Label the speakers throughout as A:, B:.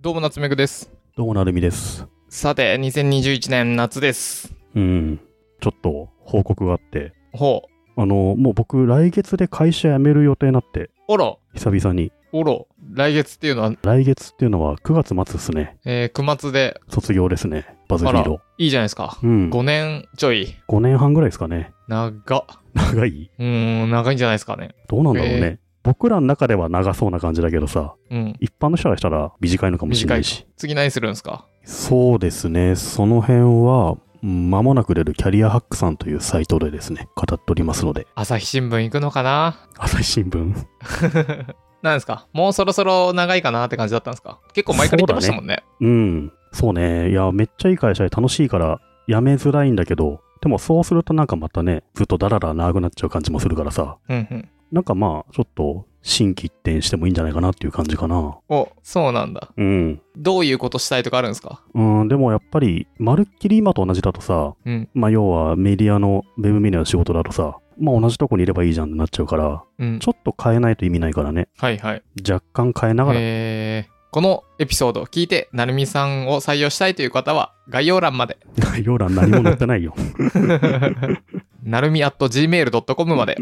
A: どうも夏目くです。
B: どうもなるみです。
A: さて、2021年夏です。
B: うん。ちょっと報告があって、
A: ほ
B: あの、もう僕、来月で会社辞める予定になって、
A: う。おろ、
B: 久々に。
A: おろ。来月っていうのは、
B: 来月っていうのは9月末ですね。
A: えー、9月で、
B: 卒業ですね。バズフィード。
A: いいじゃないですか。
B: うん。
A: 5年ちょい。
B: 5年半ぐらいですかね。
A: 長っ。
B: 長いう
A: ーん、長いんじゃないですかね。
B: どうなんだろうね。
A: え
B: 僕らの中では長そうな感じだけどさ、
A: うん。
B: 一般の人からしたら短いのかもしれないし。
A: 次何するんですか
B: そうですね。その辺は、うん間もなく出るキャリアハックさんというサイトでですね、語っておりますので、
A: 朝日新聞行くのかな
B: 朝日新聞。
A: なんですかもうそろそろ長いかなって感じだったんですか結構前から言ってましたもんね。
B: うん。そうね。いや、めっちゃいい会社で楽しいから、辞めづらいんだけど、でもそうするとなんかまたね、ずっとだらだら長くなっちゃう感じもするからさ、
A: うんうん。
B: なんかまあ、ちょっと、心機一転してもいいんじゃないかなっていう感じかな。
A: お、そうなんだ。
B: うん。
A: どういうことしたいとかあるんですか
B: うん、でもやっぱり、まるっきり今と同じだとさ、
A: うん
B: まあ要はメディアの、ウェブメディアの仕事だとさ、まあ同じとこにいればいいじゃんってなっちゃうから、
A: うん
B: ち。ょっと変えないと意味ないからね。
A: はいはい。
B: 若干変えながら、
A: えーこのエピソードを聞いて、なるみさんを採用したいという方は、概要欄まで。
B: 概 要欄何も載ってないよ。
A: なるみ at gmail.com まで。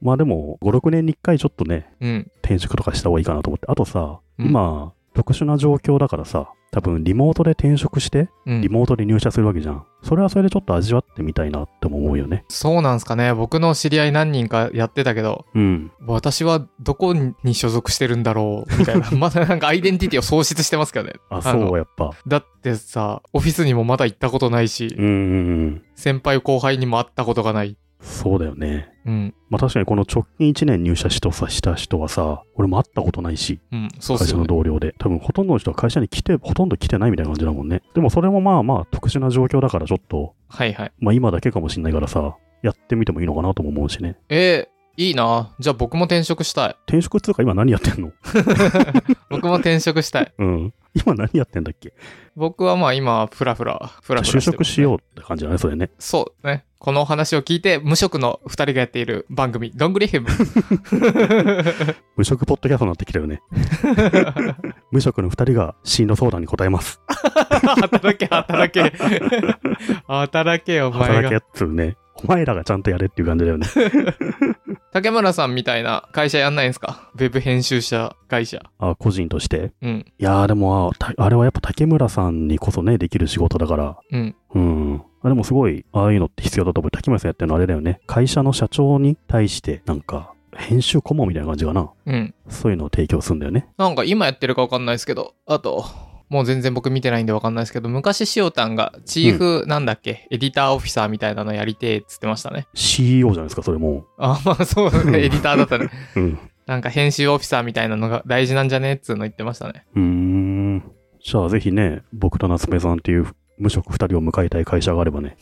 B: まあでも、5、6年に1回ちょっとね、
A: うん。
B: 転職とかした方がいいかなと思って。あとさ、
A: うん
B: 今、特殊な状況だからさ、多分リモートで転職して、
A: うん
B: リモートで入社するわけじゃん。それはそれでちょっと味わってみたいなっても思うよね。
A: そうなんすかね。僕の知り合い何人かやってたけど、
B: うん。
A: 私はどこに所属してるんだろうみたい な。まだなんかアイデンティティを喪失してますけどね。
B: あ、
A: あの
B: そう、やっぱ。
A: だってさ、オフィスにもまだ行ったことないし
B: う、んうんうん。
A: 先輩後輩にも会ったことがない。
B: そうだよね。
A: うん。
B: まあ確かにこの直近1年入社しとさした人はさ、俺も会ったことないし、
A: うん。そうっ
B: 会
A: す
B: 社
A: よ
B: の
A: ね。
B: 同僚で。多分ほとんどの人は会社に来て、ほとんど来てないみたいな感じだもんね。でもそれもまあまあ特殊な状況だからちょっと、
A: はいはい。
B: まあ今だけかもしんないからさ、やってみてもいいのかなとも思うしね。
A: えー、いいな。じゃあ僕も転職したい。
B: 転職っつうか今何やってんの
A: 僕も転職したい。
B: うん。今何やってんだっけ
A: 僕はまあ今、フラフラ、フラフラて
B: 就
A: る
B: 職しようって感じだね、それね。
A: そうね。このお話を聞いて、無職の2人がやっている番組、どんぐり ヘム。
B: 無職ポッドキャストになってきた よね。無職の二人が進路相談に答えます。
A: 働け、働 け。働けよ、お前
B: 働け
A: が
B: っ。つうね。お前らがちゃんとやれっていう感じ だよね。
A: 竹村さんみたいな会社やんないんすかウェブ編集者会社。
B: あ、個人として。
A: うん。
B: いやーでもあたあれはやっぱ竹村さんにこそね、できる仕事だから。
A: うん。
B: うん。あでもすごい、ああいうのって必要だと思う。竹村さんやってるのあれだよね。会社の社長に対して、なんか、編集顧問みたいな感じかな。
A: うん。
B: そういうのを提供するんだよね。
A: なんか今やってるかわかんないですけど、あと、もう全然僕見てないんでわかんないですけど、昔しおたんがチーフなんだっけ、エディターオフィサーみたいなのやりてえっつってましたね。
B: CEO じゃないですか、それも。
A: あ、まあそうだ ね。エディターだったね。
B: うん。
A: なんか編集オフィサーみたいなのが大事なんじゃねっつうの言ってましたね。
B: うーん。じゃあぜひね、僕と夏目さんっていう無職二人を迎えたい会社があればね。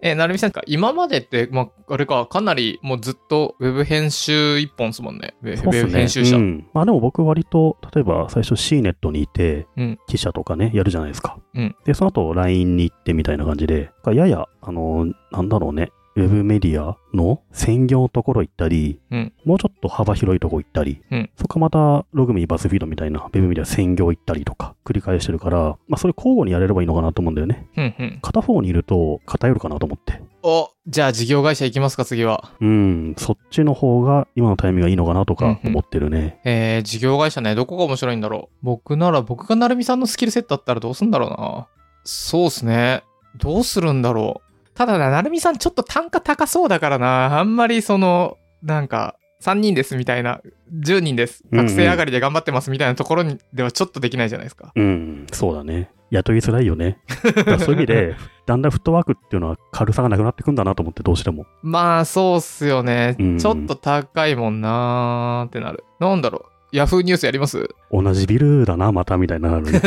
A: え、なるみさんか、今までって、まあ、あれか、かなりもうずっとウェブ編集一本ですもんね。ウェ
B: そ
A: ウ
B: うっ
A: ェ
B: す
A: ブ
B: ね
A: 編集者。
B: うんまあでも僕割と、例えば最初 C ネットにいて、
A: うん
B: 記者とかね、やるじゃないですか。
A: うん
B: で、その後 LINE に行ってみたいな感じで、やや、あのーなんだろうね、ウェブメディアの専業のところ行ったり、
A: うん
B: もうちょっと幅広いとこ行ったり、
A: うん
B: そこからまたログミー、バスフィードみたいなウェブメディア専業行ったりとか繰り返してるから、まあそれ交互にやれればいいのかなと思うんだよね。
A: うんうん。
B: 片方にいると偏るかなと思って。
A: お、じゃあ事業会社行きますか、次は。
B: うん、そっちの方が今のタイミングがいいのかなとか
A: うんうん
B: 思ってるね。
A: えー、事業会社ね、どこが面白いんだろう。僕なら、僕がなるみさんのスキルセットだったらどうすんだろうな。そうっすね。どうするんだろう。ただな、なるみさんちょっと単価高そうだからな。あんまりその、なんか、3人ですみたいな、10人です。
B: うんうん
A: 学生上がりで頑張ってますみたいなところにではちょっとできないじゃないですか。
B: うん、そうだね。雇いづらいよ ね。だからそういう意味で、だんだんフットワークっていうのは軽さがなくなってくんだなと思って、どうしても。
A: まあ、そうっすよね。
B: うん
A: ちょっと高いもんなーってなる。なんだろう。ヤフーニュースやります
B: 同じビルだな、またみたいになるね。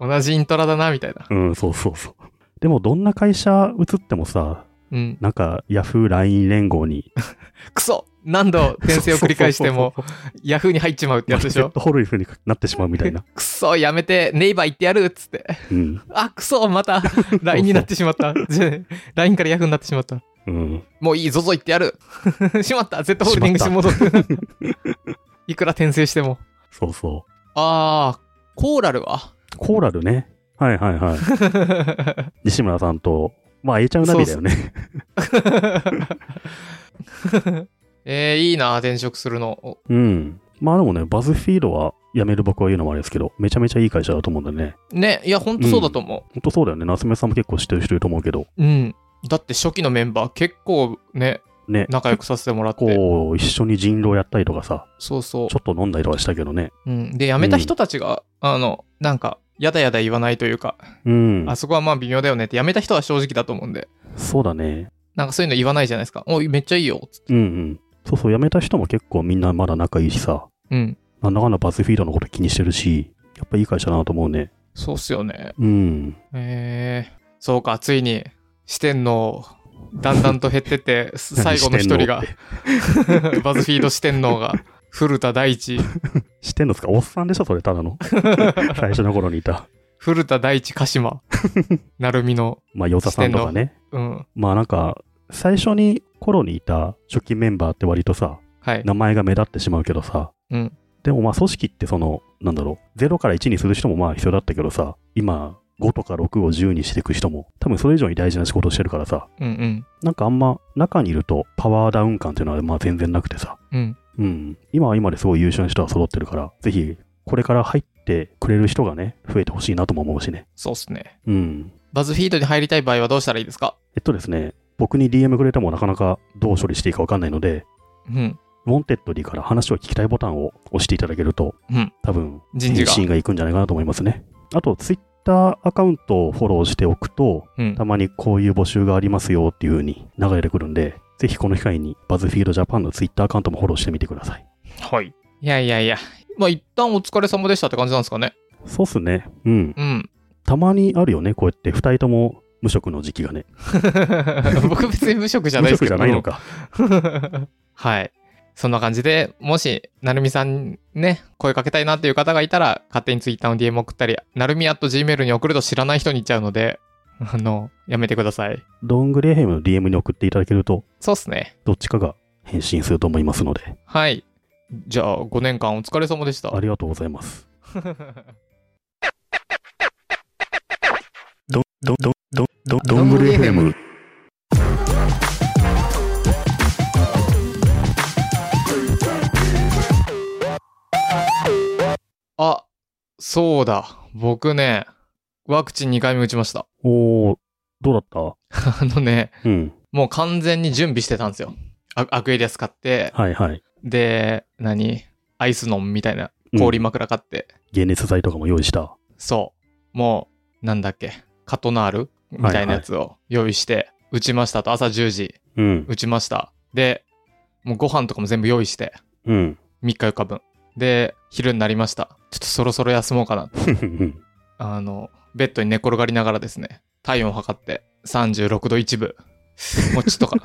A: 同じイントラだな、みたいな。
B: うん、そうそうそう。でも、どんな会社移ってもさ、
A: うん。
B: なんか、ヤフー LINE 連合に。
A: クソ何度転生を繰り返しても、ヤフーに入っちまうってやつでし
B: セッ
A: ょ
B: トホルイフになってしまうみた いな。
A: クソやめて、ネイバー行ってやるっつって。
B: うん。
A: あ、クソま た、LINE になってしまった。じゃ LINE からヤフーになってしまった。
B: うん。
A: もういい、ゾゾ行ってやる。しまった、Z ホールディングスに戻って。いくら転生しても。
B: そうそう。
A: あー、コーラルは
B: コーラルね。はいはいはい。西村さんと、まあ、えいちゃうナビだよね。
A: えー、いいな、転職するの。お
B: うん。まあでもね、バズフィードは辞める僕は言うのもあれですけど、めちゃめちゃいい会社だと思うんだよね。
A: ね、いや、ほんとそうだと思
B: ほんとそうだよね。夏目さんも結構知ってる人いると思うけど、
A: う。うん。だって初期のメンバー結構ね、
B: ね。
A: 仲良くさせてもらって。
B: こう、一緒に人狼やったりとかさ、
A: そうそう
B: ち。ょっと飲んだりとかしたけどね。
A: うん、で、辞めた人たちが、あの、なんか、やだやだ言わないというか、
B: うん。
A: あそこはまあ微妙だよねって、辞めた人は正直だと思うんで、
B: そうだね。
A: なんかそういうの言わないじゃないですか。おい、めっちゃいいよ、つって。
B: うんうん。そうそう、辞めた人も結構みんなまだ仲いいしさ、
A: うん。
B: なんだかんだバズフィードのこと気にしてるし、やっぱいい会社だなと思うね。
A: そうっすよね。
B: うん。
A: えー、そうか、ついに、四天王、だんだんと減って って、す最後の一人が、 バズフィード四天王が、古田大地、
B: 知ってんのですかおっさんでしょそれ、ただの。最初の頃にいた。
A: 古田大地鹿 島、成美の、
B: まあ、ヨザさんとかね。
A: うん、
B: まあなんか、最初に頃にいた初期メンバーって割とさ、
A: はい。
B: 名前が目立ってしまうけどさ、
A: うん
B: でもまあ組織ってその、なんだろう、0から1にする人もまあ必要だったけどさ、今、5とか6を10にしていく人も、多分それ以上に大事な仕事をしてるからさ、
A: うん
B: なんかあんま中にいるとパワーダウン感っていうのはまあ全然なくてさ、
A: うん。うん。
B: うん、今は今ですごい優秀な人は揃ってるから、ぜひこれから入ってくれる人がね、増えてほしいなとも思うしね。
A: そうっすね。
B: うん。
A: バズフィードに入りたい場合はどうしたらいいですか
B: えっとですね、僕に DM くれてもなかなかどう処理していいかわかんないので、
A: うん。
B: ウォンテッドリーから話を聞きたいボタンを押していただけると、
A: うん
B: 多分、
A: 人事が
B: 返信がいくんじゃないかなと思いますね。あと、ツイッターアカウントをフォローしておくと、
A: うん
B: た。まにこういう募集がありますよっていう風に流れてくるんで、ぜひこの機会にバズフィードジャパンのツイッターアカウントもフォローしてみてください。
A: はい。いやいやいや。まあ、一旦お疲れ様でしたって感じなんですかね。
B: そうっすね。うん。
A: うん。
B: たまにあるよね、こうやって2人とも無職の時期がね。
A: 僕別に無職じゃな
B: 無
A: いですけ
B: 職じ
A: ど。
B: ゃないのか。
A: はい。そんな感じで、もし、なるみさんにね、声かけたいなっていう方がいたら、勝手にツイッターの DM 送ったり、なるみ at gmail に送ると知らない人に行っちゃうので、あの、やめてください。
B: ドングレーヘムの DM に送っていただけると、
A: そうっすね。
B: どっちかが返信すると思いますので、
A: はい。じゃあ、5年間お疲れ様でした
B: あ。りがとうございます。ど、ど、ど、ど、ど、
A: どんぐり FM。あ、そうだ。僕ね、ワクチン2回目打ちました。
B: おー、どうだっ
A: あのね、
B: たうん。
A: もう完全に準備してたんですよ。アアクエリアス買って、
B: はいはい。
A: で、何アイス飲むみたいな
B: うん
A: 氷枕買って、
B: 解熱剤とかも用意した。
A: そう、もう、なんだっけ、カトナールみたいなやつを用意して、打ちましたと、朝10時、
B: うん。
A: 打ちました。で、もうご飯とかも全部用意して、
B: うん。
A: 3日4日分。で、昼になりました。ちょっとそろそろ休もうかな。あの、ベッドに寝転がりながらですね、体温を測って、36度1分。もうちょっと かな。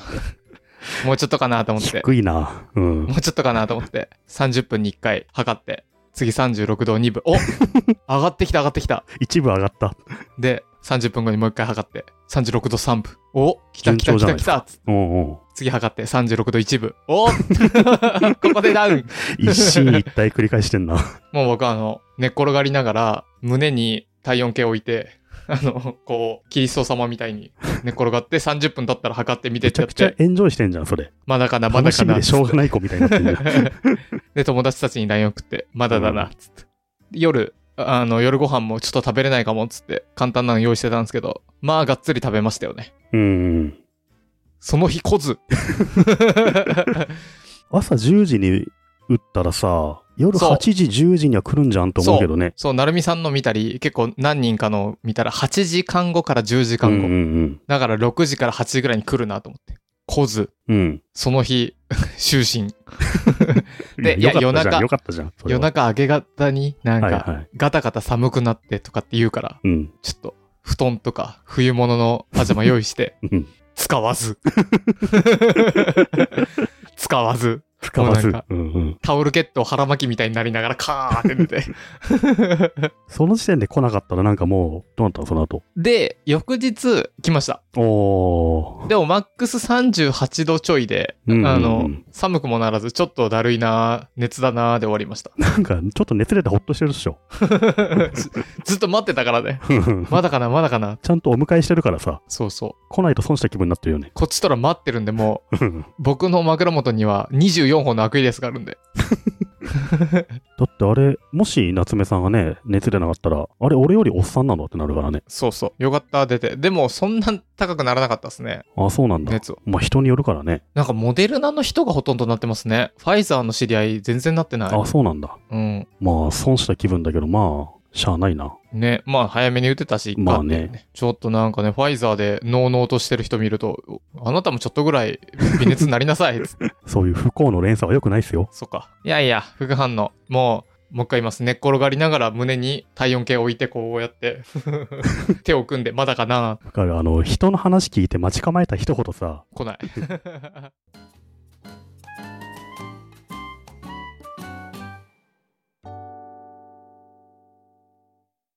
A: もうちょっとかなと思って。
B: 低いな。うん。
A: もうちょっとかなと思って、30分に1回測って、次36度2分。お 上がってきた上がってきた。
B: 一部上がった。
A: で、30分後にもう1回測って、36度3分。お来た
B: 順
A: 来た
B: 調
A: 来
B: じゃ
A: た
B: ないで
A: 来
B: す
A: たつ
B: うんうん。
A: 次測って36度1分。お ここでダウン
B: 一進一退繰り返して んな。
A: もう僕はあの、寝っ転がりながら、胸に体温計置いて、あの、こう、キリスト様みたいに寝っ転がって30分経ったら測って見てっ
B: めち
A: ちゃ
B: ゃ
A: っ
B: くちゃ
A: て、
B: エンジョイしてんじゃん、それ。
A: まだかな、ま
B: 楽
A: だ
B: し
A: か
B: み
A: な
B: で。しょうがない子みたいになってんじゃん。
A: で、友達たちに LINE 送って、まだだ
B: う
A: な、つって。夜、あの、夜ご飯もちょっと食べれないかも、つって、簡単なの用意してたんですけど、まあ、がっつり食べましたよね。
B: うんうん。
A: その日来ず。
B: 朝10時に打ったらさ、夜
A: そう
B: 8時、10時には来るんじゃんと思うけどね。
A: そう、なるみさんの見たり、結構何人かの見たら、8時間後から10時間後。
B: うんうん
A: だから6時から8時ぐらいに来るなと思って。来ず。
B: うん。うん。
A: その日、就寝。で
B: いや
A: いや
B: よかったじゃ
A: 夜中
B: んよかったじゃん。それ
A: 夜
B: は
A: 中明け方になん
B: はい
A: か、
B: はい。
A: ガタガタ寒くなってとかって言うから、
B: うん。
A: ちょっと、布団とか、冬物のパジャマ用意して、
B: うん
A: 使わ ず。使わず。
B: 使わず
A: もうなんか。
B: うんうん。
A: タオルケットを腹巻きみたいになりながら、カーって寝 て。
B: その時点で来なかったらなんかもう、どうなったのその後。
A: で、翌日、来ました。
B: おー。
A: でもマックス38度ちょいで、
B: うん
A: あの、寒くもならず、ちょっとだるいな、熱だなで終わりま した。
B: なんか、ちょっと熱出てほっとしてるで しょ。
A: ずずっと待ってたからね。まだかな、まだかな。
B: ちゃんとお迎えしてるからさ、
A: そうそう。
B: 来ないと損した気分になってるよね。
A: こっちとら待ってるんで、もう、僕の枕元には24本のアクイレスがあるんで。
B: だってあれ、もし夏目さんがね、熱出なかったら、あれ、俺よりおっさんなんだってなるからね。
A: そうそう。よかった、出て。でも、そんな高くならなかったですね。
B: あ、そうなんだ。
A: 熱を。
B: まあ人によるからね。
A: なんか、モデルナの人がほとんどなってますね。ファイザーの知り合い、全然なってない
B: あ、。そうなんだ。
A: うん。
B: まあ、損した気分だけど、まあ、しゃあないな。
A: ね、まあ、早めに打てたし、いっか
B: まあ
A: っていうね。ちょっとなんかね、ファイザーで、ノーノーとしてる人見ると、あなたもちょっとぐらい、微熱になりなさ い。
B: そういう不幸の連鎖は良くないっすよ。
A: そっか。いやいや、副反応。もう、もう一回言います。寝っ転がりながら胸に体温計を置いて、こうやって、 手を組んで、まだかな
B: だから、あの、人の話聞いて待ち構えた一言さ、
A: 来ない。